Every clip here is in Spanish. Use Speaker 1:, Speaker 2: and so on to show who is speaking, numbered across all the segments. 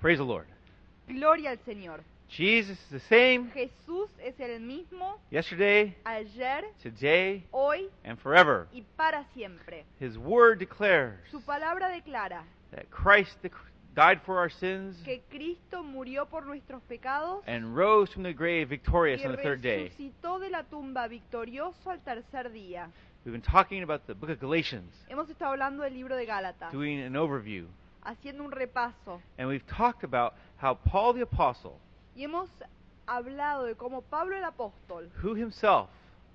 Speaker 1: Praise the Lord.
Speaker 2: Gloria al Señor.
Speaker 1: Jesus is the same
Speaker 2: Jesús es el mismo
Speaker 1: yesterday,
Speaker 2: ayer,
Speaker 1: today,
Speaker 2: hoy
Speaker 1: and forever.
Speaker 2: y para siempre.
Speaker 1: His word declares
Speaker 2: Su palabra declara
Speaker 1: that Christ dec- died for our sins
Speaker 2: que Cristo murió por nuestros pecados
Speaker 1: and rose from the grave victorious
Speaker 2: que
Speaker 1: on the third day.
Speaker 2: resucitó de la tumba victorioso al tercer día.
Speaker 1: We've been talking about the book of Galatians,
Speaker 2: Hemos estado hablando del libro de Gálatas,
Speaker 1: doing an overview,
Speaker 2: haciendo un repaso,
Speaker 1: and we've talked about how Paul the apostle,
Speaker 2: y hemos hablado de cómo Pablo el apóstol,
Speaker 1: who himself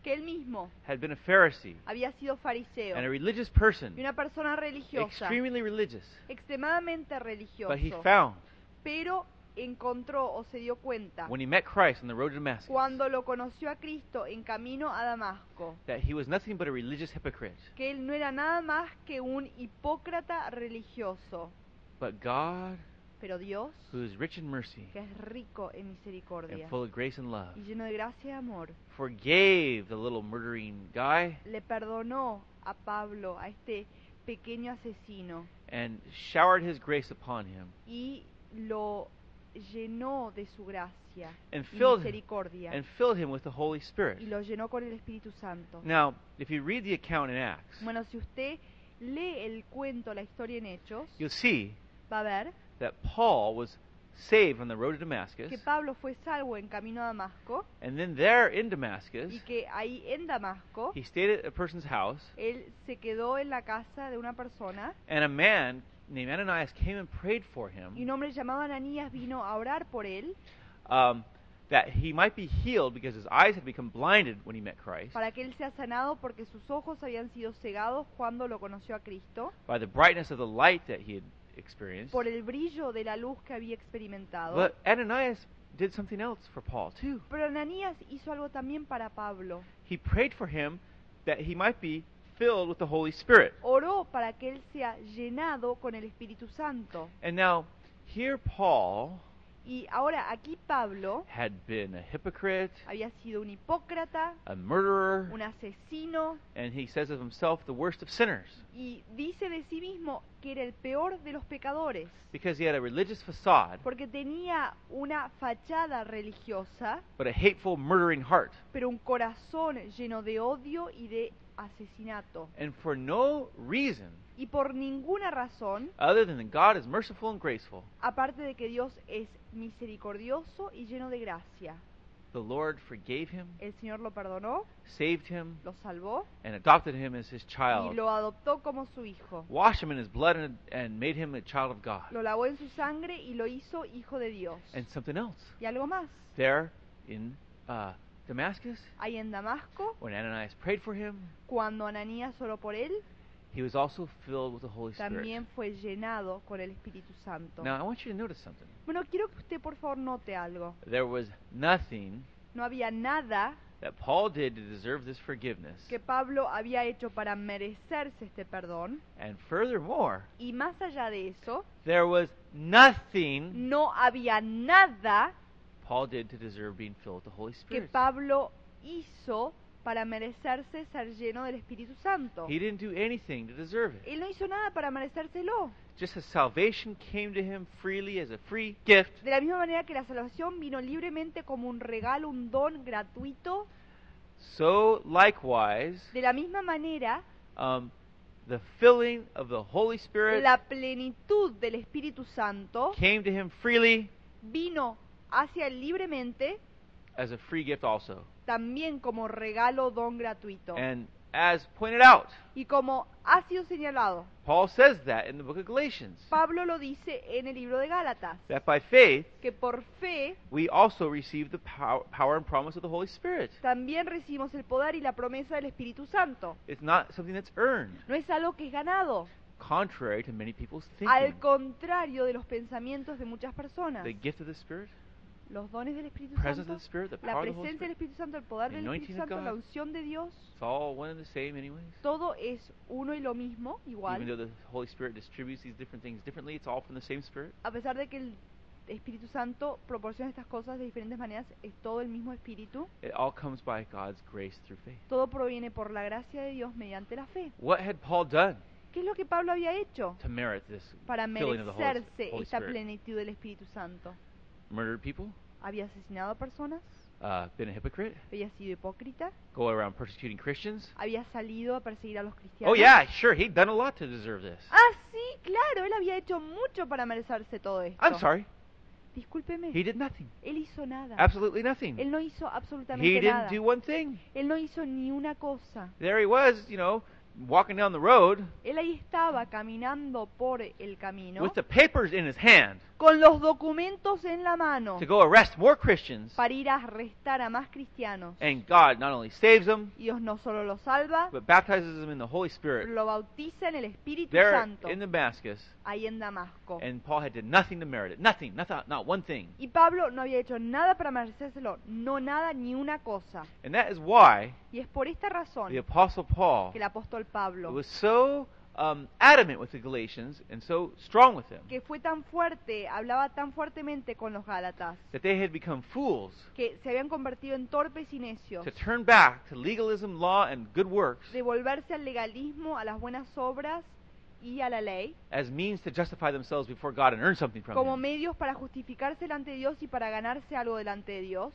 Speaker 2: que él mismo
Speaker 1: had been a Pharisee
Speaker 2: había sido fariseo
Speaker 1: and a religious
Speaker 2: y
Speaker 1: person,
Speaker 2: una persona religiosa,
Speaker 1: extremely religious,
Speaker 2: extremadamente
Speaker 1: but he
Speaker 2: religioso,
Speaker 1: found
Speaker 2: pero encontró o se dio cuenta
Speaker 1: when he met Christ on the road to Damascus
Speaker 2: cuando lo conoció a Cristo en camino a Damasco,
Speaker 1: that he was nothing but a religious hypocrite.
Speaker 2: que él no era nada más que un hipócrata religioso,
Speaker 1: But God,
Speaker 2: pero Dios,
Speaker 1: who is rich in mercy
Speaker 2: que es rico en
Speaker 1: and
Speaker 2: misericordia
Speaker 1: full of grace and love,
Speaker 2: y lleno de gracia y amor,
Speaker 1: forgave the little murdering guy
Speaker 2: le perdonó a Pablo, a este pequeño asesino,
Speaker 1: and showered his grace upon him
Speaker 2: y lo llenó de su gracia
Speaker 1: and
Speaker 2: y
Speaker 1: filled
Speaker 2: misericordia
Speaker 1: and filled him with the Holy Spirit.
Speaker 2: y lo llenó con el Espíritu Santo.
Speaker 1: Now, if you read the account in Acts,
Speaker 2: Bueno, si usted lee el cuento, la historia en Hechos,
Speaker 1: you'll see
Speaker 2: va a ver
Speaker 1: that Paul was saved on the road to
Speaker 2: que
Speaker 1: Damascus,
Speaker 2: Pablo fue salvo en camino a Damasco
Speaker 1: and then there in Damascus,
Speaker 2: y que Eh. ahí en Damasco
Speaker 1: he stayed at a person's house,
Speaker 2: él se quedó en la casa de una persona
Speaker 1: and a man named Ananias came and prayed for
Speaker 2: y
Speaker 1: him
Speaker 2: un hombre llamado Ananías vino a orar por él
Speaker 1: um, that he might be healed because his eyes had become blinded when he met Christ
Speaker 2: para que él sea sanado porque sus ojos habían sido cegados cuando lo conoció a Cristo
Speaker 1: by the brightness of the light that he had experienced.
Speaker 2: por el brillo de la luz que había experimentado.
Speaker 1: But Ananias did something else for Paul too.
Speaker 2: Pero Ananías hizo algo también para Pablo.
Speaker 1: He prayed for him that he might be filled with the Holy Spirit.
Speaker 2: Oró para que él sea llenado con el Espíritu Santo.
Speaker 1: And now, here Paul
Speaker 2: Y ahora aquí Pablo
Speaker 1: had been a hypocrite,
Speaker 2: había sido un hipócrata,
Speaker 1: a murderer,
Speaker 2: un asesino,
Speaker 1: and he says of himself the worst of sinners
Speaker 2: y dice de sí mismo que era el peor de los pecadores,
Speaker 1: because he had a religious facade
Speaker 2: porque tenía una fachada religiosa,
Speaker 1: but a hateful, murdering heart.
Speaker 2: pero un corazón lleno de odio y de asesinato.
Speaker 1: And for no reason
Speaker 2: Y por ninguna razón,
Speaker 1: other than that God is merciful and graceful,
Speaker 2: aparte de que Dios es misericordioso y lleno de gracia,
Speaker 1: the Lord forgave him,
Speaker 2: el Señor lo perdonó,
Speaker 1: saved him,
Speaker 2: lo salvó
Speaker 1: and adopted him as his
Speaker 2: y
Speaker 1: child,
Speaker 2: lo adoptó como su hijo.
Speaker 1: washed him in his blood, and, and made him a child of God.
Speaker 2: Lo lavó en su sangre y lo hizo hijo de Dios.
Speaker 1: And something else.
Speaker 2: Y algo más.
Speaker 1: There in uh, Damascus,
Speaker 2: Ahí en Damasco,
Speaker 1: when Ananias prayed for him,
Speaker 2: cuando Ananías oró por él,
Speaker 1: he was also filled with the Holy Spirit.
Speaker 2: también fue llenado con el Espíritu Santo.
Speaker 1: Now, I want you to notice something.
Speaker 2: Bueno, quiero que usted por favor note algo.
Speaker 1: There was nothing
Speaker 2: No había nada
Speaker 1: that Paul did to deserve this forgiveness.
Speaker 2: que Pablo había hecho para merecerse este perdón.
Speaker 1: And furthermore,
Speaker 2: Y más allá de eso,
Speaker 1: there was nothing
Speaker 2: no había nada
Speaker 1: Paul did to deserve being filled with the Holy
Speaker 2: que
Speaker 1: Spirit.
Speaker 2: Pablo hizo para merecerse ser lleno del Espíritu Santo.
Speaker 1: He didn't do anything to deserve it.
Speaker 2: Él no hizo nada para merecérselo.
Speaker 1: Just as salvation came to him freely as a free gift,
Speaker 2: De la misma manera que la salvación vino libremente como un regalo, un don gratuito,
Speaker 1: so likewise,
Speaker 2: de la misma manera
Speaker 1: um, the filling of the Holy Spirit
Speaker 2: la plenitud del Espíritu Santo
Speaker 1: came to him freely
Speaker 2: vino hacia él libremente,
Speaker 1: as a free gift also.
Speaker 2: también como regalo, don gratuito.
Speaker 1: And as pointed out,
Speaker 2: Y como ha sido señalado,
Speaker 1: Paul says that in the book of Galatians,
Speaker 2: Pablo lo dice en el libro de Gálatas,
Speaker 1: that by faith
Speaker 2: que por fe
Speaker 1: we also receive the pow- power and promise of the Holy Spirit.
Speaker 2: también recibimos el poder y la promesa del Espíritu Santo.
Speaker 1: It's not something that's earned,
Speaker 2: No es algo que es ganado,
Speaker 1: contrary to many people's thinking.
Speaker 2: al contrario de los pensamientos de muchas personas.
Speaker 1: The gift of the Spirit,
Speaker 2: Los dones del Espíritu
Speaker 1: presence of
Speaker 2: Santo,
Speaker 1: the Spirit, the
Speaker 2: la
Speaker 1: power of the Holy
Speaker 2: presencia del
Speaker 1: Spirit.
Speaker 2: Espíritu Santo, el poder
Speaker 1: The
Speaker 2: del Espíritu
Speaker 1: anointing of
Speaker 2: Santo, la
Speaker 1: God.
Speaker 2: unción de Dios,
Speaker 1: It's all one and the same, anyways.
Speaker 2: todo es uno y lo mismo,
Speaker 1: Even though
Speaker 2: igual,
Speaker 1: the Holy Spirit distributes these different things differently, it's all from the same Spirit.
Speaker 2: a pesar de que el Espíritu Santo proporciona estas cosas de diferentes maneras, es todo el mismo Espíritu,
Speaker 1: It all comes by God's grace through faith.
Speaker 2: todo proviene por la gracia de Dios mediante la fe.
Speaker 1: What had Paul done
Speaker 2: ¿Qué es lo que Pablo había hecho
Speaker 1: to merit this
Speaker 2: para
Speaker 1: filling of the Holy,
Speaker 2: merecerse
Speaker 1: Holy
Speaker 2: esta
Speaker 1: Spirit?
Speaker 2: plenitud del Espíritu Santo?
Speaker 1: Murdered people,
Speaker 2: Había asesinado a personas,
Speaker 1: uh, been a hypocrite,
Speaker 2: había sido hipócrita,
Speaker 1: go around persecuting Christians.
Speaker 2: había salido a perseguir a los cristianos.
Speaker 1: Oh yeah, sure, he'd done a lot to deserve this.
Speaker 2: Ah, sí, claro, él había hecho mucho para merecerse todo esto.
Speaker 1: I'm sorry,
Speaker 2: Discúlpeme,
Speaker 1: he did nothing.
Speaker 2: él hizo nada.
Speaker 1: Absolutely nothing.
Speaker 2: Él no hizo
Speaker 1: He
Speaker 2: absolutamente
Speaker 1: didn't
Speaker 2: nada.
Speaker 1: do one thing.
Speaker 2: Él no hizo ni una cosa.
Speaker 1: There he was, you know, walking down the road
Speaker 2: Él ahí estaba caminando por el camino
Speaker 1: with the papers in his hand
Speaker 2: con los documentos en la mano
Speaker 1: to go arrest more Christians.
Speaker 2: para ir a arrestar a más cristianos.
Speaker 1: And God not only saves them,
Speaker 2: Y Dios no solo lo salva,
Speaker 1: but baptizes them in the Holy Spirit.
Speaker 2: lo bautiza en el Espíritu
Speaker 1: There
Speaker 2: Santo,
Speaker 1: in Damascus,
Speaker 2: ahí en Damasco.
Speaker 1: and Paul had did nothing to merit it. Nothing, nothing, not one thing.
Speaker 2: Y Pablo no había hecho nada para merecérselo, no nada ni una cosa.
Speaker 1: And that is why
Speaker 2: Y es por esta razón
Speaker 1: the Apostle Paul
Speaker 2: que el apóstol Pablo,
Speaker 1: was so um, adamant with the Galatians and so strong with them
Speaker 2: que fue tan fuerte, hablaba tan fuertemente con los Gálatas,
Speaker 1: that they had become fools
Speaker 2: que se habían convertido en torpes y necios,
Speaker 1: to turn back to legalism, law, and good works
Speaker 2: de volverse al legalismo, a las buenas obras y a la ley,
Speaker 1: as means to justify themselves before God and earn something from
Speaker 2: como
Speaker 1: Him.
Speaker 2: medios para justificarse delante de Dios y para ganarse algo delante de Dios.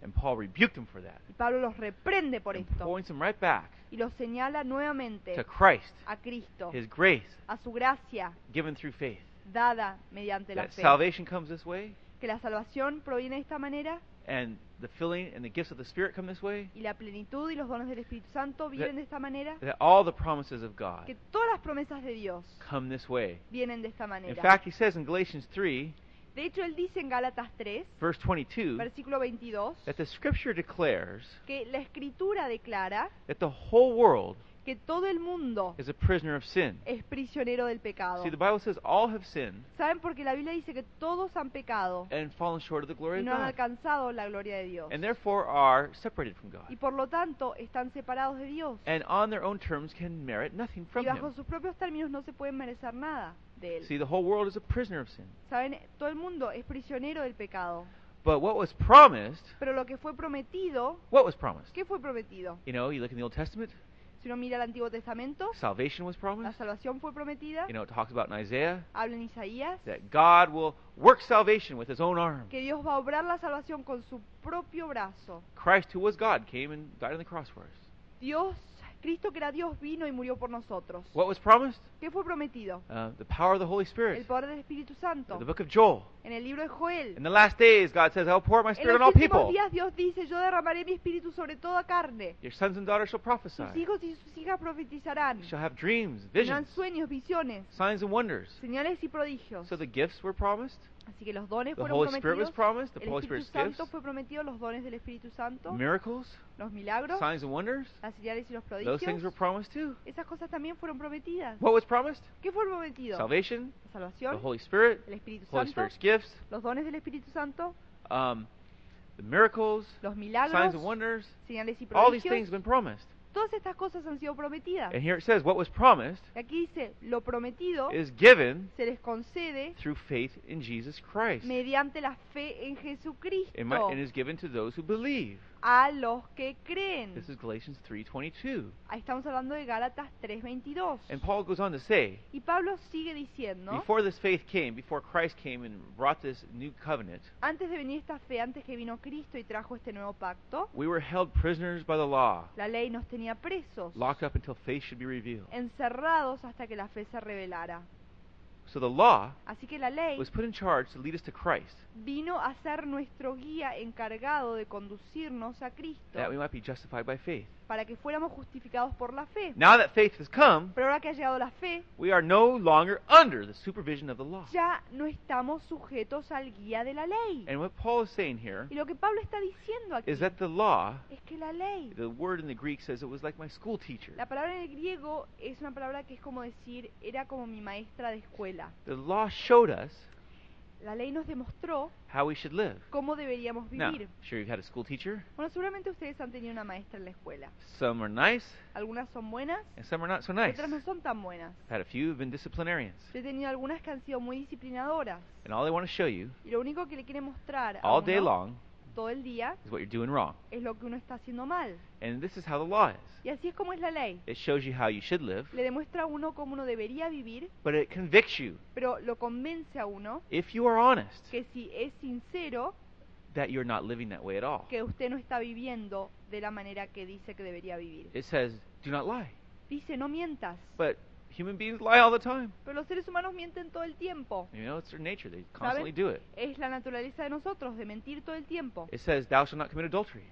Speaker 1: And Paul rebuked them for that.
Speaker 2: Y Pablo los reprende por
Speaker 1: and
Speaker 2: esto
Speaker 1: points them right back
Speaker 2: y los señala nuevamente
Speaker 1: to Christ,
Speaker 2: a Cristo,
Speaker 1: His grace
Speaker 2: a su gracia
Speaker 1: given through faith.
Speaker 2: dada mediante la
Speaker 1: That
Speaker 2: fe.
Speaker 1: salvation comes this way,
Speaker 2: Que la salvación proviene de esta manera
Speaker 1: and the filling and the gifts of the Spirit come this way.
Speaker 2: y la plenitud y los dones del Espíritu Santo vienen de esta manera,
Speaker 1: That all the promises of God
Speaker 2: que todas las promesas de Dios
Speaker 1: come this way.
Speaker 2: vienen de esta
Speaker 1: In
Speaker 2: manera.
Speaker 1: fact, he says in Galatians 3,
Speaker 2: De hecho, él dice en Gálatas 3,
Speaker 1: verse 22,
Speaker 2: versículo 22,
Speaker 1: that the Scripture declares
Speaker 2: que la escritura declara
Speaker 1: that the whole world
Speaker 2: que todo el mundo
Speaker 1: is a prisoner of sin.
Speaker 2: es prisionero del pecado.
Speaker 1: See, the Bible says all have sinned
Speaker 2: ¿Saben? Porque la Biblia dice que todos han pecado
Speaker 1: and fallen short of the glory
Speaker 2: y
Speaker 1: of
Speaker 2: no han
Speaker 1: God,
Speaker 2: alcanzado la gloria de Dios.
Speaker 1: and therefore are separated from
Speaker 2: Y
Speaker 1: God,
Speaker 2: por lo tanto están separados de Dios.
Speaker 1: and on their own terms can merit nothing
Speaker 2: Y
Speaker 1: from
Speaker 2: bajo
Speaker 1: Him.
Speaker 2: sus propios términos no se pueden merecer nada de
Speaker 1: See,
Speaker 2: Él.
Speaker 1: the whole world is a prisoner of sin.
Speaker 2: ¿Saben? Todo el mundo es prisionero del pecado.
Speaker 1: But what was promised,
Speaker 2: Pero lo que fue prometido,
Speaker 1: what was promised?
Speaker 2: ¿qué fue prometido?
Speaker 1: You know, you look in the Old Testament,
Speaker 2: Si uno mira el Antiguo Testamento,
Speaker 1: salvation was
Speaker 2: la
Speaker 1: promised.
Speaker 2: salvación fue prometida.
Speaker 1: You know, it talks about in Isaiah
Speaker 2: Habla en Isaías
Speaker 1: that God will work salvation with his own arm.
Speaker 2: que Dios va a obrar la salvación con su propio brazo.
Speaker 1: Christ, who was God, came and died on the cross for us.
Speaker 2: Dios, Cristo que era Dios, vino y murió por nosotros.
Speaker 1: What was promised?
Speaker 2: ¿Qué fue prometido?
Speaker 1: Uh, the power of the Holy
Speaker 2: El
Speaker 1: Spirit.
Speaker 2: poder del Espíritu Santo.
Speaker 1: The book of Joel.
Speaker 2: En el libro de Joel.
Speaker 1: In the last days, God says, I'll pour my
Speaker 2: En
Speaker 1: spirit on all
Speaker 2: los últimos
Speaker 1: people.
Speaker 2: días Dios dice, yo derramaré mi espíritu sobre toda carne.
Speaker 1: Your sons and daughters shall
Speaker 2: Sus
Speaker 1: prophesy.
Speaker 2: hijos y sus hijas profetizarán.
Speaker 1: You shall have dreams,
Speaker 2: Tendrán
Speaker 1: visions,
Speaker 2: sueños, visiones,
Speaker 1: signs, and wonders.
Speaker 2: señales y prodigios.
Speaker 1: So the gifts were promised.
Speaker 2: Así que los dones
Speaker 1: The
Speaker 2: fueron
Speaker 1: Holy Spirit was
Speaker 2: prometidos.
Speaker 1: promised. The
Speaker 2: El
Speaker 1: Holy
Speaker 2: Espíritu
Speaker 1: Spirit's
Speaker 2: Santo
Speaker 1: gifts,
Speaker 2: fue prometido, los dones del Espíritu Santo,
Speaker 1: miracles,
Speaker 2: los milagros,
Speaker 1: signs, and wonders.
Speaker 2: las señales y los
Speaker 1: Those things were
Speaker 2: prodigios.
Speaker 1: promised too.
Speaker 2: Esas cosas también fueron prometidas.
Speaker 1: What was promised?
Speaker 2: ¿Qué fue prometido? La
Speaker 1: Salvation, the
Speaker 2: salvación,
Speaker 1: Holy Spirit,
Speaker 2: el Espíritu
Speaker 1: Holy
Speaker 2: Santo,
Speaker 1: Spirit's gifts,
Speaker 2: los dones del Espíritu Santo,
Speaker 1: um, the miracles, signs
Speaker 2: los
Speaker 1: and
Speaker 2: milagros,
Speaker 1: wonders.
Speaker 2: señales y
Speaker 1: All these things
Speaker 2: prodigios.
Speaker 1: have been promised.
Speaker 2: Todas estas cosas han sido prometidas.
Speaker 1: And here it says, what was promised
Speaker 2: Y aquí dice, lo prometido
Speaker 1: is given
Speaker 2: se les concede
Speaker 1: through faith in Jesus Christ.
Speaker 2: mediante la fe en
Speaker 1: It might, and
Speaker 2: Jesucristo
Speaker 1: is given to those who believe.
Speaker 2: a los que creen.
Speaker 1: This is Galatians 3:22.
Speaker 2: Ahí estamos hablando de Gálatas
Speaker 1: And
Speaker 2: 3:22.
Speaker 1: Paul goes on to say,
Speaker 2: Y Pablo sigue diciendo,
Speaker 1: before this faith came, before Christ came and brought this new covenant,
Speaker 2: antes de venir esta fe, antes que vino Cristo y trajo este nuevo pacto,
Speaker 1: we were held prisoners by the law,
Speaker 2: la ley nos tenía presos,
Speaker 1: locked up until faith should be revealed.
Speaker 2: encerrados hasta que la fe se revelara.
Speaker 1: So the law
Speaker 2: Así que la ley
Speaker 1: was put in charge to lead us to Christ,
Speaker 2: vino a ser nuestro guía encargado de conducirnos a Cristo
Speaker 1: that we might be justified by faith.
Speaker 2: para que fuéramos justificados por la fe.
Speaker 1: Now that faith has come,
Speaker 2: Pero ahora que ha llegado la fe,
Speaker 1: we are no longer under the supervision of the law.
Speaker 2: ya no estamos sujetos al guía de la ley.
Speaker 1: And what Paul is saying here
Speaker 2: Y lo que Pablo está diciendo aquí
Speaker 1: is that the law,
Speaker 2: es que la ley,
Speaker 1: the word in the Greek says it was like my school teacher.
Speaker 2: la palabra en el griego es una palabra que es como decir, era como mi maestra de escuela.
Speaker 1: The law showed us
Speaker 2: La ley nos demostró
Speaker 1: how we should live.
Speaker 2: cómo deberíamos
Speaker 1: Now,
Speaker 2: vivir.
Speaker 1: sure, you've had a school teacher.
Speaker 2: Bueno, seguramente ustedes han tenido una maestra en la escuela.
Speaker 1: Some are nice,
Speaker 2: Algunas son buenas,
Speaker 1: and some are not so nice.
Speaker 2: otras no son tan buenas.
Speaker 1: Had a few who've been disciplinarians,
Speaker 2: Yo he tenido algunas que han sido muy disciplinadoras.
Speaker 1: and all they want to show you
Speaker 2: Y lo único que le quieren mostrar a
Speaker 1: all day
Speaker 2: uno
Speaker 1: long
Speaker 2: todo el día,
Speaker 1: is what you're doing wrong.
Speaker 2: es lo que uno está haciendo mal.
Speaker 1: And this is how the law is
Speaker 2: Y así es como es la ley.
Speaker 1: it shows you how you should live,
Speaker 2: Le demuestra a uno cómo uno debería vivir,
Speaker 1: but it convicts you,
Speaker 2: pero lo convence a uno
Speaker 1: if you are honest,
Speaker 2: que si es sincero,
Speaker 1: that you're not living that way at all.
Speaker 2: que usted no está viviendo de la manera que dice que debería vivir.
Speaker 1: It says, do not lie.
Speaker 2: Dice, no mientas.
Speaker 1: But human beings lie all the time.
Speaker 2: Pero los seres humanos mienten todo el tiempo.
Speaker 1: You know, it's their nature. They constantly
Speaker 2: ¿Saben?
Speaker 1: do it.
Speaker 2: Es la naturaleza de nosotros, de mentir todo el tiempo.
Speaker 1: It says, thou shalt not commit adultery.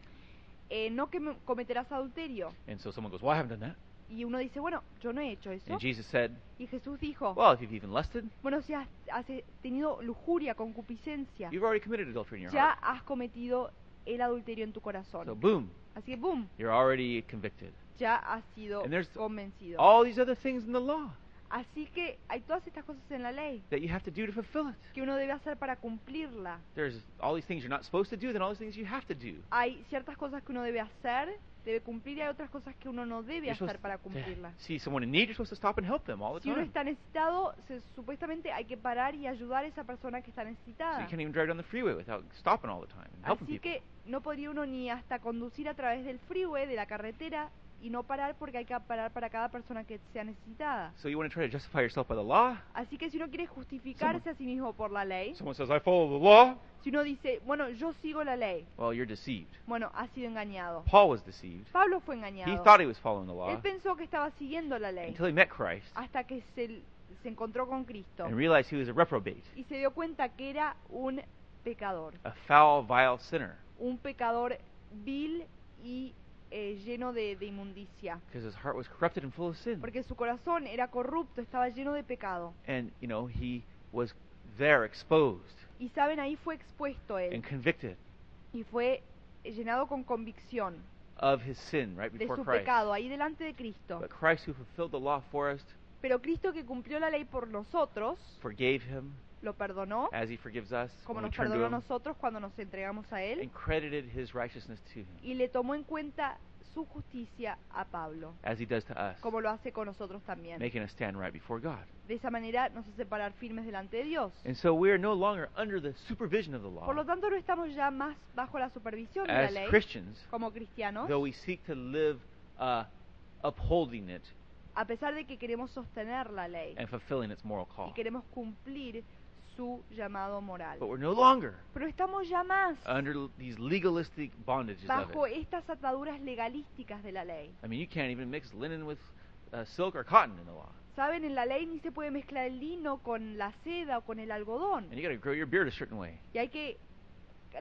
Speaker 2: Eh, no que me- cometerás adulterio.
Speaker 1: And so someone goes, well, I haven't done that.
Speaker 2: Y uno dice, bueno, yo no he hecho eso.
Speaker 1: And Jesus said,
Speaker 2: Y Jesús dijo,
Speaker 1: well, if you've even lusted,
Speaker 2: bueno, si has, has, eh, tenido lujuria, concupiscencia,
Speaker 1: you've already committed adultery in your
Speaker 2: ya
Speaker 1: heart.
Speaker 2: has cometido el adulterio en tu
Speaker 1: So
Speaker 2: corazón.
Speaker 1: boom,
Speaker 2: Así que, boom,
Speaker 1: you're already convicted.
Speaker 2: ya has sido
Speaker 1: And there's
Speaker 2: convencido.
Speaker 1: All these other things in the law
Speaker 2: Así que hay todas estas cosas en la ley
Speaker 1: that you have to do to fulfill it.
Speaker 2: que uno debe hacer para cumplirla.
Speaker 1: There's all these things you're not supposed to do, then all these things you have to do.
Speaker 2: Hay ciertas cosas que uno debe hacer, debe cumplir, y hay otras cosas que uno no debe
Speaker 1: You're
Speaker 2: hacer
Speaker 1: supposed
Speaker 2: para
Speaker 1: to
Speaker 2: cumplirlas.
Speaker 1: see someone in need, you're supposed to stop and help them all the
Speaker 2: Si uno
Speaker 1: time.
Speaker 2: está necesitado, se- supuestamente hay que parar y ayudar a esa persona que está
Speaker 1: So you
Speaker 2: necesitada.
Speaker 1: can't even drive down the freeway without stopping all the time and helping
Speaker 2: Así
Speaker 1: people.
Speaker 2: que no podría uno ni hasta conducir a través del freeway, de la carretera, y no parar porque hay que parar para cada persona que sea necesitada.
Speaker 1: So you want to try to justify yourself by the law?
Speaker 2: Así que si uno quiere justificarse a sí mismo por la ley,
Speaker 1: Someone says, I follow the law.
Speaker 2: si uno dice, bueno, yo sigo la ley,
Speaker 1: Well, you're deceived.
Speaker 2: bueno, ha sido engañado.
Speaker 1: Paul was deceived.
Speaker 2: Pablo fue
Speaker 1: He
Speaker 2: engañado.
Speaker 1: thought he was following the law
Speaker 2: Él pensó que estaba siguiendo la ley
Speaker 1: until he met Christ
Speaker 2: hasta que se, se encontró con Cristo
Speaker 1: and realized he was a reprobate,
Speaker 2: y se dio cuenta que era un pecador,
Speaker 1: a foul, vile sinner,
Speaker 2: un pecador vil y eh, lleno de, de inmundicia,
Speaker 1: because his heart was corrupted and full of sin.
Speaker 2: porque su corazón era corrupto, estaba lleno de pecado.
Speaker 1: And, you know, he was there exposed
Speaker 2: Y saben, ahí fue expuesto él
Speaker 1: and convicted
Speaker 2: y fue llenado con convicción
Speaker 1: of his sin right
Speaker 2: de
Speaker 1: before
Speaker 2: su
Speaker 1: Christ.
Speaker 2: pecado, ahí delante de Cristo.
Speaker 1: But Christ, who fulfilled the law for us,
Speaker 2: Pero Cristo que cumplió la ley por nosotros,
Speaker 1: forgave him
Speaker 2: lo perdonó,
Speaker 1: as he forgives us
Speaker 2: como
Speaker 1: when we
Speaker 2: nos
Speaker 1: turn to
Speaker 2: perdonó a
Speaker 1: him,
Speaker 2: nosotros cuando nos entregamos a él.
Speaker 1: and credited his righteousness to him,
Speaker 2: y le tomó en cuenta su justicia a Pablo,
Speaker 1: as he does to us,
Speaker 2: como lo hace con nosotros también.
Speaker 1: making us stand right before God.
Speaker 2: De esa manera nos hace parar firmes delante de Dios.
Speaker 1: And so we are no longer under the supervision of the law.
Speaker 2: Por lo tanto, no estamos ya más bajo la supervisión de la
Speaker 1: As
Speaker 2: ley
Speaker 1: Christians,
Speaker 2: como cristianos,
Speaker 1: though we seek to live uh, upholding it
Speaker 2: a pesar de que queremos sostener la ley
Speaker 1: and fulfilling its moral
Speaker 2: y
Speaker 1: call.
Speaker 2: queremos cumplir su llamado moral.
Speaker 1: But we're no longer
Speaker 2: Pero estamos ya más
Speaker 1: under l- these legalistic bondages of
Speaker 2: bajo
Speaker 1: it.
Speaker 2: estas ataduras legalísticas de la ley.
Speaker 1: I mean, you can't even mix linen with uh, silk or cotton in the law.
Speaker 2: Saben, en la ley ni se puede mezclar el lino con la seda o con el algodón.
Speaker 1: And you got to grow your beard a certain way.
Speaker 2: y hay que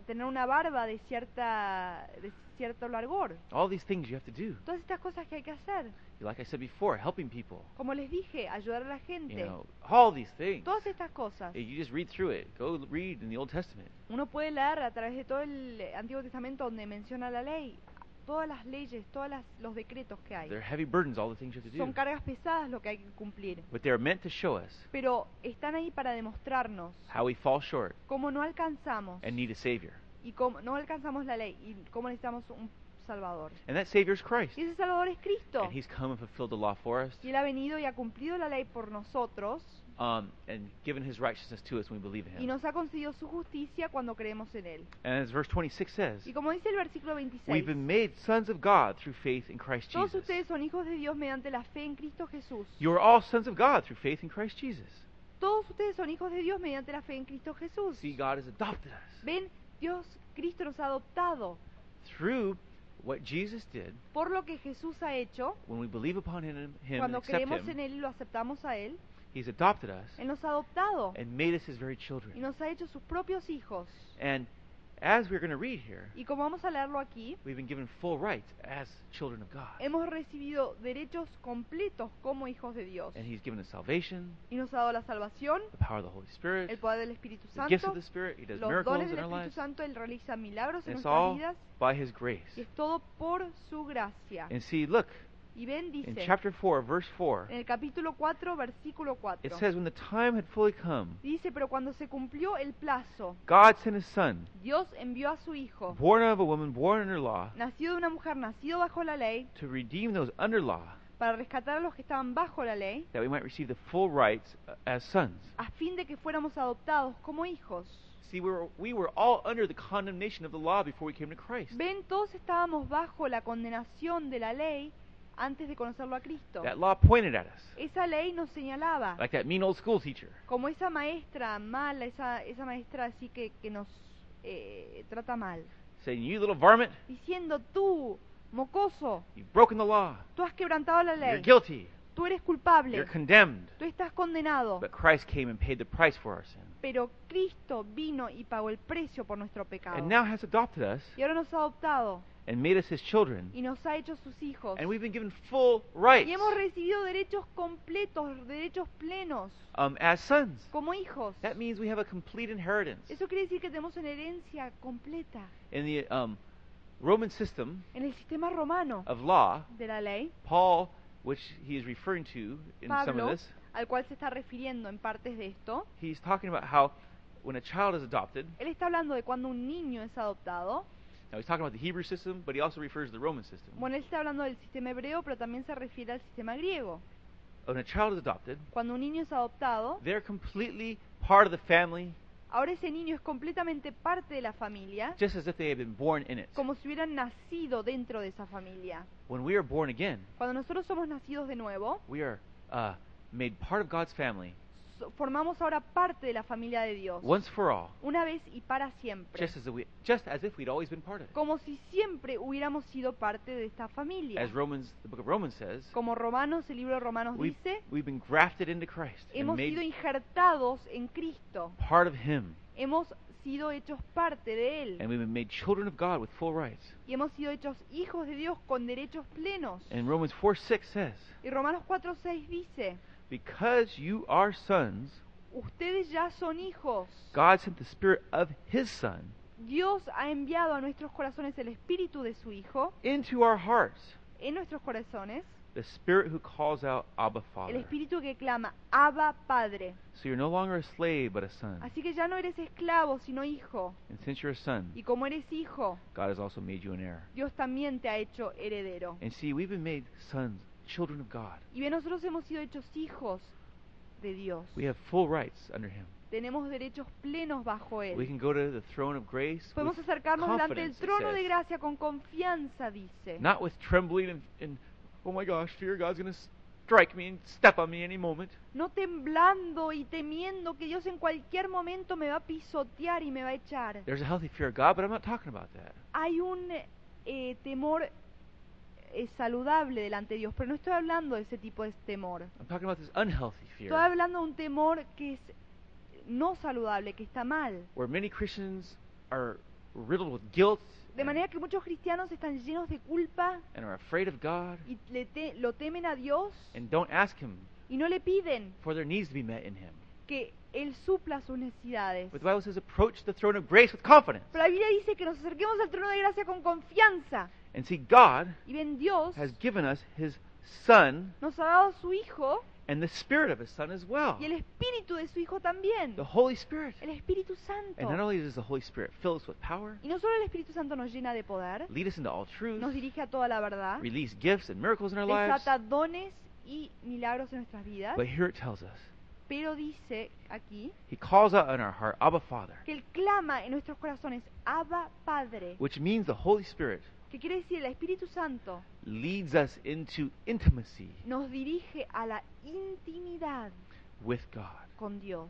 Speaker 2: tener una barba de cierta de cierto largor.
Speaker 1: All these things you have to do.
Speaker 2: Todas estas cosas que hay que hacer,
Speaker 1: Like I said before, helping people.
Speaker 2: como les dije, ayudar a la
Speaker 1: You
Speaker 2: gente,
Speaker 1: know, all these things.
Speaker 2: todas estas cosas.
Speaker 1: Eh, You just read through it. Go l- read in the Old Testament.
Speaker 2: Uno puede leer a través de todo el eh, Antiguo Testamento donde menciona la ley, todas las leyes, todos los decretos que hay.
Speaker 1: They're heavy burdens, all the things you have to
Speaker 2: Son
Speaker 1: do.
Speaker 2: cargas pesadas lo que hay que cumplir,
Speaker 1: But they're meant to show us
Speaker 2: pero están ahí para demostrarnos
Speaker 1: how we fall short
Speaker 2: cómo no alcanzamos
Speaker 1: and need a Savior.
Speaker 2: y cómo no alcanzamos la ley y cómo necesitamos un Salvador.
Speaker 1: And that Savior is Christ.
Speaker 2: Y ese Salvador es Cristo.
Speaker 1: And He's come and fulfilled the law for us
Speaker 2: Y Él ha venido y ha cumplido la ley por nosotros
Speaker 1: um, and given His righteousness to us when we believe in
Speaker 2: y
Speaker 1: Him.
Speaker 2: nos ha concedido su justicia cuando creemos en Él.
Speaker 1: And as verse 26 says,
Speaker 2: Y como dice el versículo
Speaker 1: we've been
Speaker 2: 26,
Speaker 1: made sons of God through faith in Christ
Speaker 2: todos
Speaker 1: Jesus.
Speaker 2: ustedes son hijos de Dios mediante la fe en Cristo Jesús.
Speaker 1: You are all sons of God through faith in Christ Jesus.
Speaker 2: Todos ustedes son hijos de Dios mediante la fe en Cristo Jesús.
Speaker 1: See, God has adopted us
Speaker 2: Ven, Dios, Cristo nos ha adoptado
Speaker 1: through what Jesus did
Speaker 2: por lo que Jesús ha hecho.
Speaker 1: when we believe upon Him, him and
Speaker 2: Cuando
Speaker 1: accept
Speaker 2: creemos
Speaker 1: Him.
Speaker 2: en Él y lo aceptamos a Él,
Speaker 1: He's adopted us
Speaker 2: Él nos ha adoptado
Speaker 1: and made us His very
Speaker 2: y
Speaker 1: children.
Speaker 2: nos ha hecho sus propios hijos.
Speaker 1: And as we're going to read here,
Speaker 2: Y como vamos a leerlo aquí,
Speaker 1: we've been given full rights as children of God.
Speaker 2: hemos recibido derechos completos como hijos de Dios.
Speaker 1: And He's given us salvation,
Speaker 2: Y nos ha dado la salvación,
Speaker 1: the power of the Holy Spirit,
Speaker 2: el poder del Espíritu
Speaker 1: the gifts
Speaker 2: Santo,
Speaker 1: of the Spirit. He does
Speaker 2: los
Speaker 1: miracles
Speaker 2: dones
Speaker 1: in
Speaker 2: del
Speaker 1: our
Speaker 2: Espíritu
Speaker 1: lives. And
Speaker 2: Santo, Él realiza milagros en
Speaker 1: it's
Speaker 2: nuestras
Speaker 1: all
Speaker 2: vidas
Speaker 1: by His grace.
Speaker 2: y es todo por su gracia.
Speaker 1: And see, look,
Speaker 2: Y ven,
Speaker 1: in
Speaker 2: dice,
Speaker 1: chapter 4, verse 4,
Speaker 2: en el capítulo 4, versículo
Speaker 1: it
Speaker 2: 4,
Speaker 1: says, When the time had fully come,
Speaker 2: dice, pero cuando se cumplió el plazo,
Speaker 1: God sent His Son,
Speaker 2: Dios envió a su Hijo,
Speaker 1: born of a woman, born under law,
Speaker 2: nacido de una mujer, nacido bajo la ley,
Speaker 1: to redeem those under law
Speaker 2: para rescatar a los que estaban bajo la ley,
Speaker 1: that we might receive the full rights uh, as sons.
Speaker 2: a fin de que fuéramos adoptados como hijos.
Speaker 1: See, we were, we were all under the condemnation of the law before we came to Christ.
Speaker 2: Ven, todos estábamos bajo la condenación de la ley antes de conocerlo a Cristo.
Speaker 1: That law pointed at us,
Speaker 2: Esa ley nos señalaba,
Speaker 1: like that mean old school teacher.
Speaker 2: como esa maestra mala, esa, esa maestra así que, que nos eh, trata mal,
Speaker 1: saying, You little varmint,
Speaker 2: diciendo, tú, mocoso,
Speaker 1: you've broken the law.
Speaker 2: tú has quebrantado la
Speaker 1: You're
Speaker 2: ley,
Speaker 1: guilty.
Speaker 2: tú eres
Speaker 1: You're
Speaker 2: culpable,
Speaker 1: condemned.
Speaker 2: tú estás condenado,
Speaker 1: But Christ came and paid the price for our sin.
Speaker 2: pero Cristo vino y pagó el precio por nuestro pecado.
Speaker 1: And now has adopted us
Speaker 2: Y ahora nos ha adoptado
Speaker 1: and made us his children.
Speaker 2: y nos ha hecho sus hijos.
Speaker 1: And we've been given full rights
Speaker 2: Y hemos recibido derechos completos, derechos plenos,
Speaker 1: um, as sons.
Speaker 2: como hijos.
Speaker 1: That means we have a complete inheritance.
Speaker 2: Eso quiere decir que tenemos una herencia completa.
Speaker 1: In the um, Roman system
Speaker 2: En el sistema romano
Speaker 1: of law,
Speaker 2: de la ley,
Speaker 1: Paul, which he is referring to in some of
Speaker 2: Pablo,
Speaker 1: this,
Speaker 2: al cual se está refiriendo en partes de esto,
Speaker 1: he's talking about how when a child is adopted,
Speaker 2: él está hablando de cuando un niño es adoptado.
Speaker 1: now he's talking about the Hebrew system, but he also refers to the Roman system.
Speaker 2: Bueno, él está hablando del sistema hebreo, pero también se refiere al sistema griego.
Speaker 1: When a child is adopted,
Speaker 2: Cuando un niño es adoptado,
Speaker 1: they're completely part of the family,
Speaker 2: ahora ese niño es completamente parte de la familia,
Speaker 1: just as if they had been born in it.
Speaker 2: como si hubieran nacido dentro de esa familia.
Speaker 1: When we are born again,
Speaker 2: Cuando nosotros somos nacidos de nuevo,
Speaker 1: we are uh, made part of God's family
Speaker 2: so- formamos ahora parte de la familia de Dios,
Speaker 1: once for all,
Speaker 2: una vez y para siempre,
Speaker 1: just as, we, just as if we'd always been part of it.
Speaker 2: como si siempre hubiéramos sido parte de esta familia.
Speaker 1: As Romans, the book of Romans says,
Speaker 2: Como Romanos, el libro de Romanos
Speaker 1: we've,
Speaker 2: dice,
Speaker 1: we've been grafted into Christ and
Speaker 2: hemos sido
Speaker 1: made
Speaker 2: injertados en Cristo,
Speaker 1: part of Him,
Speaker 2: hemos sido hechos parte de
Speaker 1: and
Speaker 2: Él,
Speaker 1: we've been made children of God with full rights.
Speaker 2: y hemos sido hechos hijos de Dios con derechos plenos.
Speaker 1: And Romans 4 6 says,
Speaker 2: Y Romanos 4.6 dice,
Speaker 1: Because you are sons,
Speaker 2: ustedes ya son hijos.
Speaker 1: God sent the Spirit of His Son
Speaker 2: Dios ha enviado a nuestros corazones el espíritu de su Hijo,
Speaker 1: into our hearts,
Speaker 2: en nuestros corazones,
Speaker 1: the Spirit who calls out, Abba,
Speaker 2: el
Speaker 1: Father.
Speaker 2: espíritu que clama, Abba Padre.
Speaker 1: So you're no longer a slave, but a son.
Speaker 2: Así que ya no eres esclavo, sino hijo.
Speaker 1: And since you're a son,
Speaker 2: Y como eres hijo,
Speaker 1: God has also made you an heir.
Speaker 2: Dios también te ha hecho heredero.
Speaker 1: And see, we've been made sons, children of God.
Speaker 2: Y bien, nosotros hemos sido hechos hijos de Dios.
Speaker 1: We have full rights under Him.
Speaker 2: Tenemos derechos plenos bajo
Speaker 1: We
Speaker 2: Él.
Speaker 1: can go to the throne of grace
Speaker 2: Podemos
Speaker 1: with
Speaker 2: acercarnos delante del
Speaker 1: confidence, it
Speaker 2: trono de
Speaker 1: says.
Speaker 2: gracia con confianza, dice.
Speaker 1: not with trembling and, and oh my gosh, fear God's going to strike me and step on me any moment.
Speaker 2: No temblando y temiendo que Dios en cualquier momento me va a pisotear y me va a echar.
Speaker 1: There's a healthy fear of God, but I'm not talking about that.
Speaker 2: Hay un eh, temor eh, saludable delante de Dios, pero no estoy hablando de ese tipo de temor.
Speaker 1: I'm talking about this unhealthy
Speaker 2: Estoy
Speaker 1: fear
Speaker 2: hablando de un temor que es no saludable, que está mal.
Speaker 1: where many Christians are riddled with guilt
Speaker 2: De
Speaker 1: and,
Speaker 2: manera que muchos cristianos están llenos de culpa
Speaker 1: and are afraid of God
Speaker 2: y le te- lo temen a Dios
Speaker 1: and don't ask Him
Speaker 2: y no le piden
Speaker 1: for their needs to be met in Him.
Speaker 2: que Él supla sus necesidades.
Speaker 1: But the Bible says, approach the throne of grace with confidence.
Speaker 2: Pero la Biblia dice que nos acerquemos al trono de gracia con confianza.
Speaker 1: And see, God
Speaker 2: Y bien, Dios
Speaker 1: has given us His Son
Speaker 2: nos ha dado su Hijo
Speaker 1: and the Spirit of His Son as well.
Speaker 2: y el Espíritu de su Hijo también.
Speaker 1: The Holy Spirit.
Speaker 2: El Espíritu
Speaker 1: And not
Speaker 2: Santo.
Speaker 1: only does the Holy Spirit fill us with power,
Speaker 2: Y no solo el Espíritu Santo nos llena de poder,
Speaker 1: lead us into all truth,
Speaker 2: nos dirige a toda la verdad,
Speaker 1: release gifts and miracles in our lives,
Speaker 2: desata dones y milagros en nuestras vidas.
Speaker 1: but here it tells us
Speaker 2: Pero dice aquí
Speaker 1: He calls out in our heart, Abba Father,
Speaker 2: que Él clama en nuestros corazones, Abba Padre,
Speaker 1: which means the Holy Spirit
Speaker 2: que quiere decir el Espíritu Santo
Speaker 1: leads us into intimacy
Speaker 2: nos dirige a la intimidad
Speaker 1: with God.
Speaker 2: con Dios.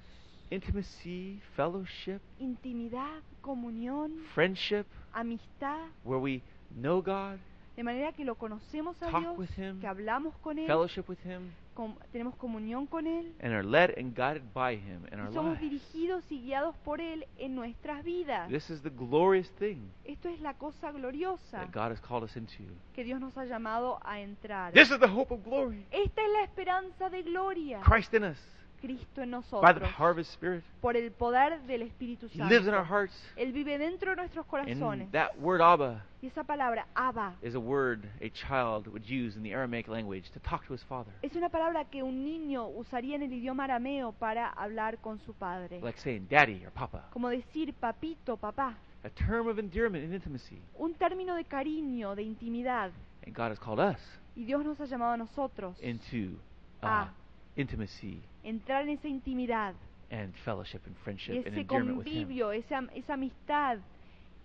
Speaker 1: Intimacy, fellowship,
Speaker 2: Intimidad, comunión,
Speaker 1: friendship,
Speaker 2: amistad,
Speaker 1: where we know God,
Speaker 2: de manera que lo conocemos a
Speaker 1: Talk
Speaker 2: Dios,
Speaker 1: with him.
Speaker 2: que hablamos con Él,
Speaker 1: fellowship with Him,
Speaker 2: com- tenemos comunión con Él,
Speaker 1: and are led and guided by Him in
Speaker 2: y
Speaker 1: our
Speaker 2: somos
Speaker 1: lives.
Speaker 2: dirigidos y guiados por Él en nuestras vidas.
Speaker 1: This is the glorious thing
Speaker 2: Esto es la cosa gloriosa
Speaker 1: that God has called us into.
Speaker 2: que Dios nos ha llamado a entrar.
Speaker 1: This is the hope of glory.
Speaker 2: Esta es la esperanza de gloria.
Speaker 1: Christ in us,
Speaker 2: Cristo en
Speaker 1: by the
Speaker 2: nosotros,
Speaker 1: power of His Spirit.
Speaker 2: por el poder del Espíritu
Speaker 1: He lives in our
Speaker 2: Santo.
Speaker 1: hearts.
Speaker 2: Él vive dentro de nuestros
Speaker 1: And
Speaker 2: corazones.
Speaker 1: that word Abba
Speaker 2: Y esa palabra, Abba,
Speaker 1: is a word a child would use in the Aramaic language to talk to his father.
Speaker 2: es una palabra que un niño usaría en el idioma arameo para hablar con su padre.
Speaker 1: Like saying daddy or papa.
Speaker 2: Como decir papito, papá.
Speaker 1: A term of endearment and intimacy.
Speaker 2: Un término de cariño, de intimidad.
Speaker 1: And God has called us
Speaker 2: Y Dios nos ha llamado a nosotros
Speaker 1: into uh,
Speaker 2: Ah.
Speaker 1: intimacy
Speaker 2: entrar en esa intimidad,
Speaker 1: and fellowship and
Speaker 2: y
Speaker 1: friendship and
Speaker 2: ese
Speaker 1: endearment with Him.
Speaker 2: convivio, esa, esa amistad,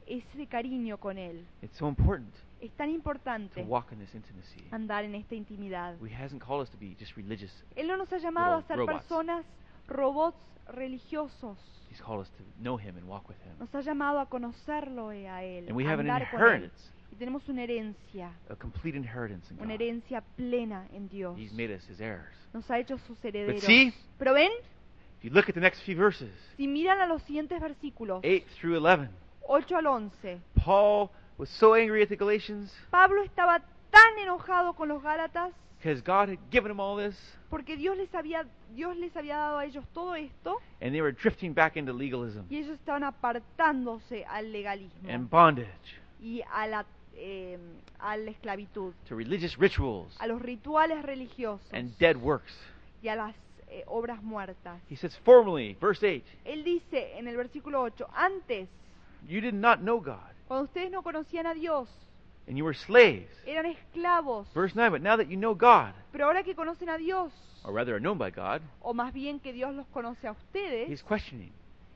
Speaker 2: ese cariño con Él.
Speaker 1: It's so important
Speaker 2: Es tan
Speaker 1: to
Speaker 2: importante
Speaker 1: walk in this intimacy.
Speaker 2: andar en esta intimidad.
Speaker 1: He hasn't called us to be just religious.
Speaker 2: Él no nos ha llamado a
Speaker 1: Little
Speaker 2: ser
Speaker 1: robots.
Speaker 2: personas, robots religiosos.
Speaker 1: He's called us to know Him and walk with Him.
Speaker 2: Nos ha llamado a conocerlo eh, a Él,
Speaker 1: And we
Speaker 2: a
Speaker 1: have an
Speaker 2: andar con Él.
Speaker 1: inheritance,
Speaker 2: Y tenemos una herencia,
Speaker 1: a complete inheritance in
Speaker 2: una
Speaker 1: God.
Speaker 2: herencia plena en Dios.
Speaker 1: He's made us His heirs.
Speaker 2: Nos ha hecho sus herederos.
Speaker 1: see-
Speaker 2: Pero ven,
Speaker 1: If you look at the next few verses,
Speaker 2: si miran a los siguientes versículos,
Speaker 1: 8 through 11,
Speaker 2: 8 al 11.
Speaker 1: Paul was so angry at the Galatians
Speaker 2: Pablo estaba tan enojado con los Gálatas
Speaker 1: because God had given him all this,
Speaker 2: porque Dios les había Dios les había dado a ellos todo esto
Speaker 1: and they were drifting back into legalism
Speaker 2: y ellos estaban apartándose al legalismo
Speaker 1: and bondage
Speaker 2: y a la eh, a la esclavitud,
Speaker 1: to religious rituals
Speaker 2: a los rituales religiosos
Speaker 1: and dead works.
Speaker 2: y a las eh, obras muertas.
Speaker 1: He says, formally, verse 8,
Speaker 2: Él dice en el versículo 8, antes,
Speaker 1: you did not know God,
Speaker 2: cuando ustedes no conocían a Dios,
Speaker 1: and you were slaves.
Speaker 2: eran esclavos,
Speaker 1: Verse 9, but now that you know God,
Speaker 2: pero ahora que conocen a Dios,
Speaker 1: or rather are known by God,
Speaker 2: o más bien que Dios los conoce a
Speaker 1: he's
Speaker 2: ustedes,
Speaker 1: questioning,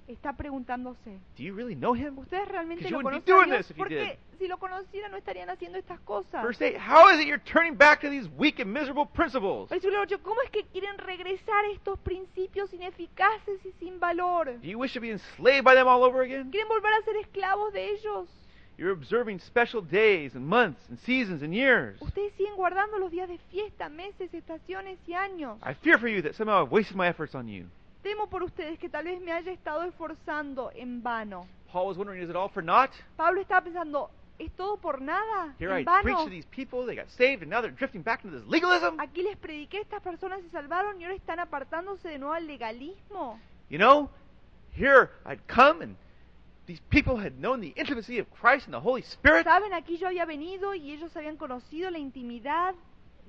Speaker 2: está preguntándose,
Speaker 1: do you really know him?
Speaker 2: ¿Ustedes realmente
Speaker 1: 'Cause you
Speaker 2: lo
Speaker 1: wouldn't be
Speaker 2: conocen a
Speaker 1: doing
Speaker 2: Dios?
Speaker 1: this if you
Speaker 2: Porque si lo conocieran no estarían haciendo estas cosas.
Speaker 1: Verse 8, how is it you're turning back to these weak and miserable principles?
Speaker 2: Versículo 8. ¿Cómo es que quieren regresar a estos principios ineficaces y sin valor?
Speaker 1: Do you wish to be enslaved by them all over again?
Speaker 2: ¿Quieren volver a ser esclavos de ellos?
Speaker 1: You're observing special days and months and seasons and years.
Speaker 2: Ustedes siguen guardando los días de fiesta, meses, estaciones y años.
Speaker 1: I fear for you that somehow I've wasted my efforts on you.
Speaker 2: Temo por ustedes que tal vez me haya estado esforzando en vano.
Speaker 1: Paul was wondering, is it all for naught?
Speaker 2: Pablo estaba pensando, ¿es todo por nada?
Speaker 1: Here
Speaker 2: ¿En
Speaker 1: I preached
Speaker 2: vano?
Speaker 1: to these people, they got saved, and now they're drifting back into this legalism.
Speaker 2: Aquí les prediqué, estas personas se salvaron y ahora están apartándose de nuevo al legalismo.
Speaker 1: You know, here I'd come, and these people had known the intimacy of Christ and the Holy Spirit,
Speaker 2: Saben, aquí yo había venido y ellos habían conocido la intimidad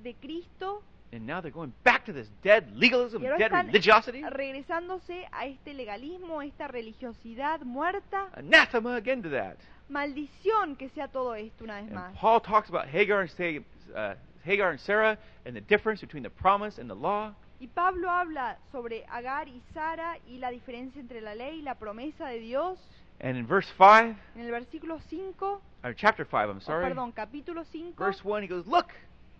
Speaker 2: de Cristo
Speaker 1: and now they're going back to this dead legalism,
Speaker 2: y ahora
Speaker 1: dead
Speaker 2: están
Speaker 1: religiosity.
Speaker 2: regresándose a este legalismo, a esta religiosidad muerta.
Speaker 1: Anathema again to that.
Speaker 2: Maldición que sea todo esto una vez
Speaker 1: And
Speaker 2: más.
Speaker 1: Paul talks about Hagar and, Sa- uh, Hagar and Sarah and the difference between the promise and the law.
Speaker 2: Y Pablo habla sobre Agar y Sara y la diferencia entre la ley y la promesa de Dios.
Speaker 1: And in verse 5,
Speaker 2: En el versículo 5,
Speaker 1: or chapter 5, I'm sorry,
Speaker 2: perdón, capítulo 5,
Speaker 1: verse 1, he goes, Look,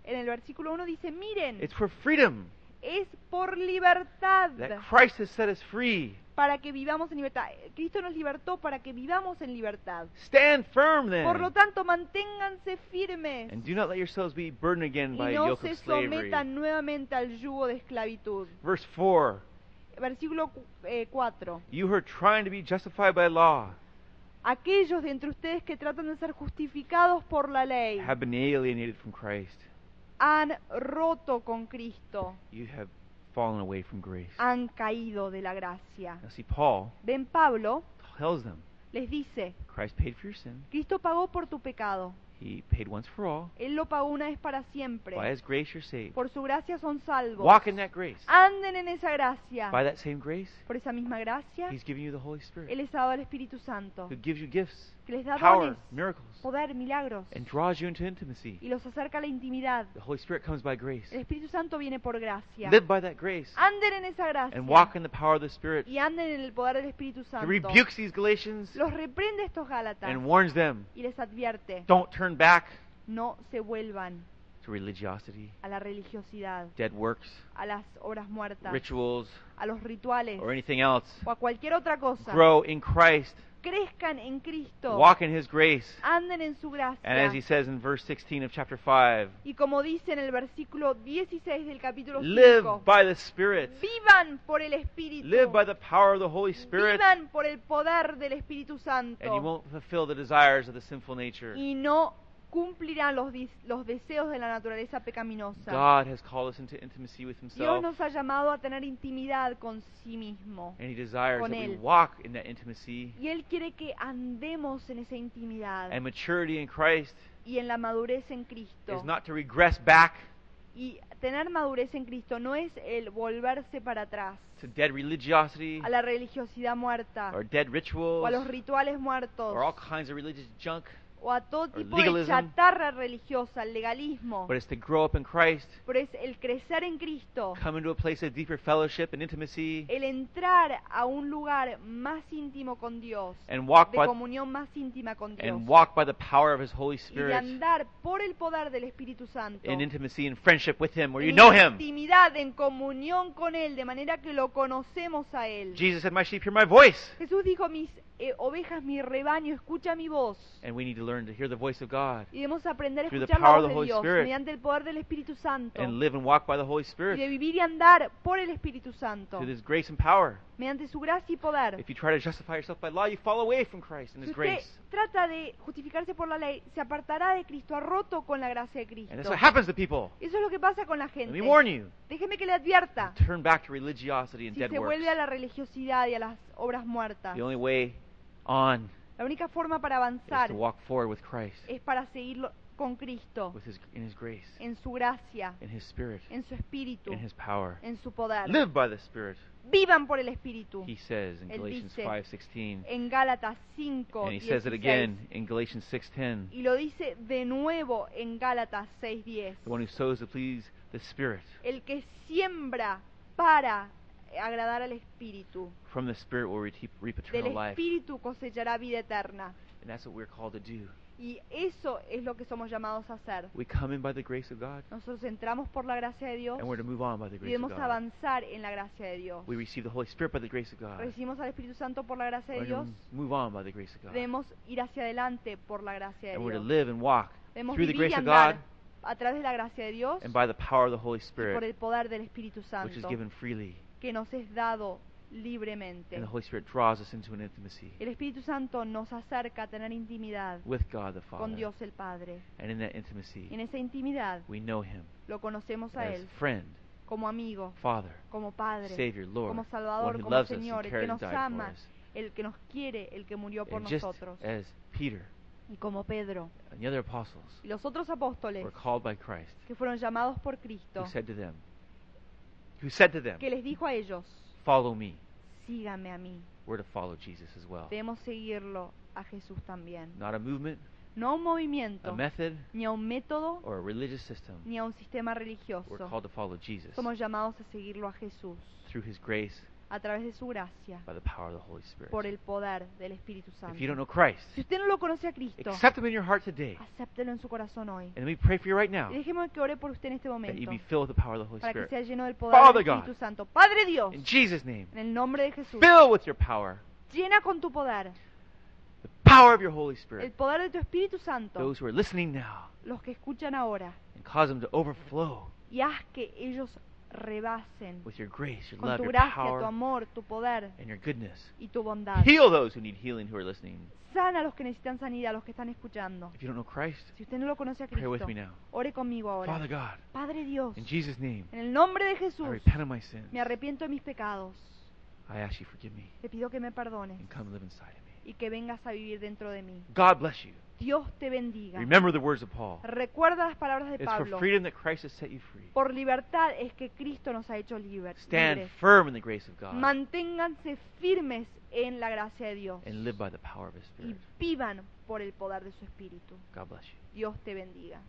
Speaker 2: en el versículo 1 dice, miren,
Speaker 1: it's for freedom
Speaker 2: es por libertad
Speaker 1: that Christ has set us free.
Speaker 2: para que vivamos en libertad. Cristo nos libertó para que vivamos en libertad.
Speaker 1: Stand firm
Speaker 2: Por lo
Speaker 1: then,
Speaker 2: tanto, manténganse firmes
Speaker 1: and do not let yourselves be burdened again
Speaker 2: y
Speaker 1: by a
Speaker 2: no
Speaker 1: yoke
Speaker 2: se
Speaker 1: of slavery.
Speaker 2: sometan nuevamente al yugo de esclavitud.
Speaker 1: Verse 4,
Speaker 2: Versículo eh, 4.
Speaker 1: You who are trying to be justified by law
Speaker 2: Aquellos de entre ustedes que tratan de ser justificados por la ley
Speaker 1: have been alienated from Christ.
Speaker 2: han roto con Cristo,
Speaker 1: You have fallen away from grace.
Speaker 2: han caído de la gracia.
Speaker 1: Now, see, Paul
Speaker 2: Ven, Pablo
Speaker 1: tells them
Speaker 2: les dice,
Speaker 1: Christ paid for your sin,
Speaker 2: Cristo pagó por tu pecado,
Speaker 1: He paid once for all.
Speaker 2: Él lo pagó una vez para
Speaker 1: By
Speaker 2: siempre.
Speaker 1: His grace, you're saved.
Speaker 2: Por Ah. su gracia son salvos.
Speaker 1: Walk in that grace.
Speaker 2: Anden en esa gracia.
Speaker 1: By that same grace,
Speaker 2: Por esa misma gracia,
Speaker 1: He's giving you the Holy
Speaker 2: Él
Speaker 1: Spirit,
Speaker 2: les ha dado al Espíritu Santo,
Speaker 1: who gives you gifts,
Speaker 2: que les da
Speaker 1: power,
Speaker 2: dones,
Speaker 1: miracles,
Speaker 2: poder, milagros,
Speaker 1: and draws you into intimacy.
Speaker 2: y los acerca a la intimidad.
Speaker 1: The Holy Spirit comes by grace.
Speaker 2: El Espíritu Santo viene por gracia.
Speaker 1: Live by that grace
Speaker 2: Anden en esa gracia
Speaker 1: and walk in the power of the Spirit.
Speaker 2: y anden en el poder del Espíritu
Speaker 1: He
Speaker 2: Santo.
Speaker 1: rebukes these Galatians
Speaker 2: Los reprende a estos Gálatas
Speaker 1: and warns them
Speaker 2: y les advierte,
Speaker 1: don't turn back
Speaker 2: no se vuelvan
Speaker 1: to religiosity,
Speaker 2: a la religiosidad,
Speaker 1: dead works,
Speaker 2: a las obras muertas,
Speaker 1: rituals,
Speaker 2: a los rituales
Speaker 1: or anything else.
Speaker 2: o a cualquier otra cosa.
Speaker 1: Grow in Christ,
Speaker 2: Crezcan en Cristo,
Speaker 1: walk in His grace.
Speaker 2: anden en su
Speaker 1: And as he
Speaker 2: gracia.
Speaker 1: says in verse 16 of chapter 5,
Speaker 2: Y como dice en el versículo 16 del capítulo 5,
Speaker 1: live by the Spirit.
Speaker 2: vivan por el Espíritu,
Speaker 1: Live by the power of the Holy Spirit,
Speaker 2: vivan por el poder del Espíritu
Speaker 1: and you
Speaker 2: Santo.
Speaker 1: won't fulfill the desires of the sinful nature.
Speaker 2: y no cumplirán los, dis- los deseos de la naturaleza pecaminosa.
Speaker 1: God has called us into intimacy with
Speaker 2: Dios
Speaker 1: Himself,
Speaker 2: nos ha llamado a tener intimidad con sí mismo.
Speaker 1: and He desires
Speaker 2: con
Speaker 1: that we
Speaker 2: Él.
Speaker 1: walk in that intimacy
Speaker 2: Y Él quiere que andemos en esa intimidad
Speaker 1: and maturity in Christ
Speaker 2: y en la madurez en Cristo.
Speaker 1: is not to regress back
Speaker 2: Y tener madurez en Cristo no es el volverse para atrás
Speaker 1: to dead religiosity
Speaker 2: a la religiosidad muerta
Speaker 1: or dead rituals
Speaker 2: o a los rituales
Speaker 1: or all
Speaker 2: muertos
Speaker 1: kinds of religious junk.
Speaker 2: o a todo tipo de
Speaker 1: legalism.
Speaker 2: chatarra religiosa, al legalismo.
Speaker 1: but it's to grow up in Christ,
Speaker 2: Pero es el crecer en Cristo,
Speaker 1: come into a place of deeper fellowship and intimacy,
Speaker 2: el entrar a un lugar más íntimo con Dios,
Speaker 1: and walk
Speaker 2: de
Speaker 1: by
Speaker 2: comunión más íntima con Dios,
Speaker 1: and walk by the power of His Holy
Speaker 2: y de
Speaker 1: Spirit
Speaker 2: andar por el poder del Espíritu Santo.
Speaker 1: in intimacy and friendship with Him, where you
Speaker 2: en
Speaker 1: know Him.
Speaker 2: intimidad, en comunión con Él, de manera que lo conocemos a Él.
Speaker 1: Jesus said, "My sheep hear my voice,"
Speaker 2: Jesús dijo, mis eh, ovejas, mi rebaño, escucha mi voz.
Speaker 1: and we need to learn to hear the voice of God
Speaker 2: Y debemos aprender a
Speaker 1: Through the
Speaker 2: escuchar
Speaker 1: power
Speaker 2: la
Speaker 1: of
Speaker 2: voz
Speaker 1: the
Speaker 2: de
Speaker 1: Holy
Speaker 2: Dios
Speaker 1: Spirit.
Speaker 2: mediante el poder del Espíritu Santo.
Speaker 1: and live and walk by the Holy
Speaker 2: Y de
Speaker 1: Spirit
Speaker 2: vivir y andar por el Espíritu Santo.
Speaker 1: through His grace and power.
Speaker 2: Mediante su gracia y poder.
Speaker 1: If you try to justify yourself by law, you fall away from Christ and His
Speaker 2: Si usted
Speaker 1: grace,
Speaker 2: trata de justificarse por la ley, se apartará de Cristo, ha roto con la gracia de
Speaker 1: and
Speaker 2: Cristo.
Speaker 1: that's what happens to people.
Speaker 2: Eso es lo que pasa con la
Speaker 1: Let
Speaker 2: gente.
Speaker 1: me warn you:
Speaker 2: Déjeme que le advierta.
Speaker 1: turn back to religiosity and
Speaker 2: Si
Speaker 1: dead
Speaker 2: se
Speaker 1: works.
Speaker 2: vuelve a la religiosidad y a las obras muertas,
Speaker 1: The only way on
Speaker 2: la única forma para
Speaker 1: is
Speaker 2: avanzar
Speaker 1: to walk forward with Christ,
Speaker 2: es para seguirlo con Cristo,
Speaker 1: with His in His grace,
Speaker 2: en su gracia,
Speaker 1: in His Spirit,
Speaker 2: en su espíritu,
Speaker 1: in His power.
Speaker 2: en su poder.
Speaker 1: Live by the Spirit,
Speaker 2: Vivan por el espíritu.
Speaker 1: He says in
Speaker 2: Él
Speaker 1: Galatians
Speaker 2: dice,
Speaker 1: 5:16,
Speaker 2: En Gálatas 5,
Speaker 1: and He says it
Speaker 2: 16.
Speaker 1: again in Galatians 6:10.
Speaker 2: y lo dice de nuevo en Gálatas
Speaker 1: The one who
Speaker 2: 6:10.
Speaker 1: sows to please the Spirit,
Speaker 2: El que siembra para agradar al espíritu,
Speaker 1: from the Spirit will reap, reap eternal
Speaker 2: del
Speaker 1: life,
Speaker 2: espíritu cosechará vida eterna.
Speaker 1: and that's what we're called to do.
Speaker 2: Y eso es lo que somos llamados a hacer.
Speaker 1: We come in by the grace of God,
Speaker 2: Nosotros entramos por la gracia de Dios
Speaker 1: and we're to move on by the
Speaker 2: y
Speaker 1: grace of
Speaker 2: debemos
Speaker 1: God.
Speaker 2: avanzar en la gracia de Dios.
Speaker 1: We receive the Holy Spirit by the grace of God.
Speaker 2: Recibimos al Espíritu Santo por la gracia de
Speaker 1: We're to
Speaker 2: Dios.
Speaker 1: move on by the grace of God,
Speaker 2: Debemos ir hacia adelante por la gracia de
Speaker 1: and we're to
Speaker 2: Dios.
Speaker 1: live and walk
Speaker 2: Debemos
Speaker 1: through the
Speaker 2: vivir y
Speaker 1: grace of
Speaker 2: andar
Speaker 1: God
Speaker 2: a través de la gracia de Dios
Speaker 1: and by the power of the Holy
Speaker 2: y por
Speaker 1: Spirit,
Speaker 2: el poder del Espíritu
Speaker 1: which is
Speaker 2: Santo
Speaker 1: given freely.
Speaker 2: que nos es dado libremente.
Speaker 1: And the Holy Spirit draws us into an intimacy
Speaker 2: El Espíritu Santo nos acerca a tener intimidad
Speaker 1: with God the
Speaker 2: con
Speaker 1: Father.
Speaker 2: Dios el Padre.
Speaker 1: And in that
Speaker 2: Y en
Speaker 1: intimacy,
Speaker 2: esa intimidad
Speaker 1: we know Him
Speaker 2: lo conocemos a
Speaker 1: as
Speaker 2: Él
Speaker 1: friend,
Speaker 2: como amigo,
Speaker 1: Father,
Speaker 2: como Padre,
Speaker 1: Savior, Lord,
Speaker 2: como
Speaker 1: one
Speaker 2: Salvador,
Speaker 1: who
Speaker 2: como
Speaker 1: loves us and
Speaker 2: Señor, el que
Speaker 1: cares and
Speaker 2: nos
Speaker 1: died for
Speaker 2: ama,
Speaker 1: us.
Speaker 2: el que nos quiere, el que murió por
Speaker 1: And just
Speaker 2: nosotros.
Speaker 1: as Peter
Speaker 2: Y como Pedro
Speaker 1: and the other apostles
Speaker 2: y los otros apóstoles
Speaker 1: were called by Christ,
Speaker 2: que fueron llamados por
Speaker 1: who
Speaker 2: Cristo,
Speaker 1: said to them, who said to them,
Speaker 2: que les dijo a ellos,
Speaker 1: follow me,
Speaker 2: sígame a mí.
Speaker 1: we're to follow Jesus as well.
Speaker 2: Debemos seguirlo a Jesús también.
Speaker 1: Oh. Not a movement,
Speaker 2: No a un
Speaker 1: a
Speaker 2: movimiento,
Speaker 1: method,
Speaker 2: ni a un método,
Speaker 1: or a religious system.
Speaker 2: ni a un sistema
Speaker 1: We're
Speaker 2: religioso.
Speaker 1: called to follow Jesus
Speaker 2: Somos llamados a seguirlo a Jesús
Speaker 1: through His grace
Speaker 2: a través de su gracia,
Speaker 1: by the power of the Holy Spirit.
Speaker 2: por el poder del Espíritu
Speaker 1: If you don't
Speaker 2: Santo.
Speaker 1: know Christ,
Speaker 2: Si usted no lo conoce a Cristo,
Speaker 1: accept Him in your heart today.
Speaker 2: acéptelo en su corazón hoy.
Speaker 1: And we pray for you right now
Speaker 2: Y déjeme que ore por usted en este
Speaker 1: that you
Speaker 2: momento,
Speaker 1: be filled with the power of the Holy
Speaker 2: para que
Speaker 1: Spirit.
Speaker 2: sea lleno del poder
Speaker 1: Father
Speaker 2: del
Speaker 1: God.
Speaker 2: Espíritu Santo. Padre Dios,
Speaker 1: In Jesus' name,
Speaker 2: en el nombre de Jesús,
Speaker 1: fill with your power,
Speaker 2: llena con tu poder,
Speaker 1: the power of your Holy
Speaker 2: el
Speaker 1: Spirit,
Speaker 2: poder de tu Espíritu Santo,
Speaker 1: those who are listening now,
Speaker 2: los que escuchan ahora,
Speaker 1: and cause them to overflow
Speaker 2: y haz que ellos rebasen
Speaker 1: with your grace, your
Speaker 2: con
Speaker 1: love,
Speaker 2: tu
Speaker 1: your
Speaker 2: gracia, tu
Speaker 1: power,
Speaker 2: amor, tu poder
Speaker 1: and your goodness.
Speaker 2: y tu bondad.
Speaker 1: Heal those who need healing who are listening.
Speaker 2: Sana a los que necesitan sanidad, a los que están escuchando.
Speaker 1: If you don't know Christ,
Speaker 2: Si usted no lo conoce a
Speaker 1: pray
Speaker 2: Cristo,
Speaker 1: with me now.
Speaker 2: ore conmigo ahora.
Speaker 1: Father God,
Speaker 2: Padre Dios,
Speaker 1: in Jesus' name,
Speaker 2: en el nombre de
Speaker 1: I
Speaker 2: Jesús,
Speaker 1: repent of my sins.
Speaker 2: me arrepiento de mis pecados.
Speaker 1: I ask you, forgive me,
Speaker 2: Te pido que me perdones
Speaker 1: and come live inside of me.
Speaker 2: y que vengas a vivir dentro de mí.
Speaker 1: God bless you.
Speaker 2: Dios te bendiga.
Speaker 1: Remember the words of Paul.
Speaker 2: Recuerda las palabras de
Speaker 1: It's for
Speaker 2: Pablo.
Speaker 1: freedom that Christ has set you free.
Speaker 2: Por libertad es que Cristo nos ha hecho liber-
Speaker 1: Stand
Speaker 2: libres.
Speaker 1: firm in the grace of God
Speaker 2: Manténganse firmes en la gracia de Dios
Speaker 1: and live by the power of His
Speaker 2: y
Speaker 1: Spirit.
Speaker 2: vivan por el poder de su Espíritu.
Speaker 1: God bless you.
Speaker 2: Dios te bendiga.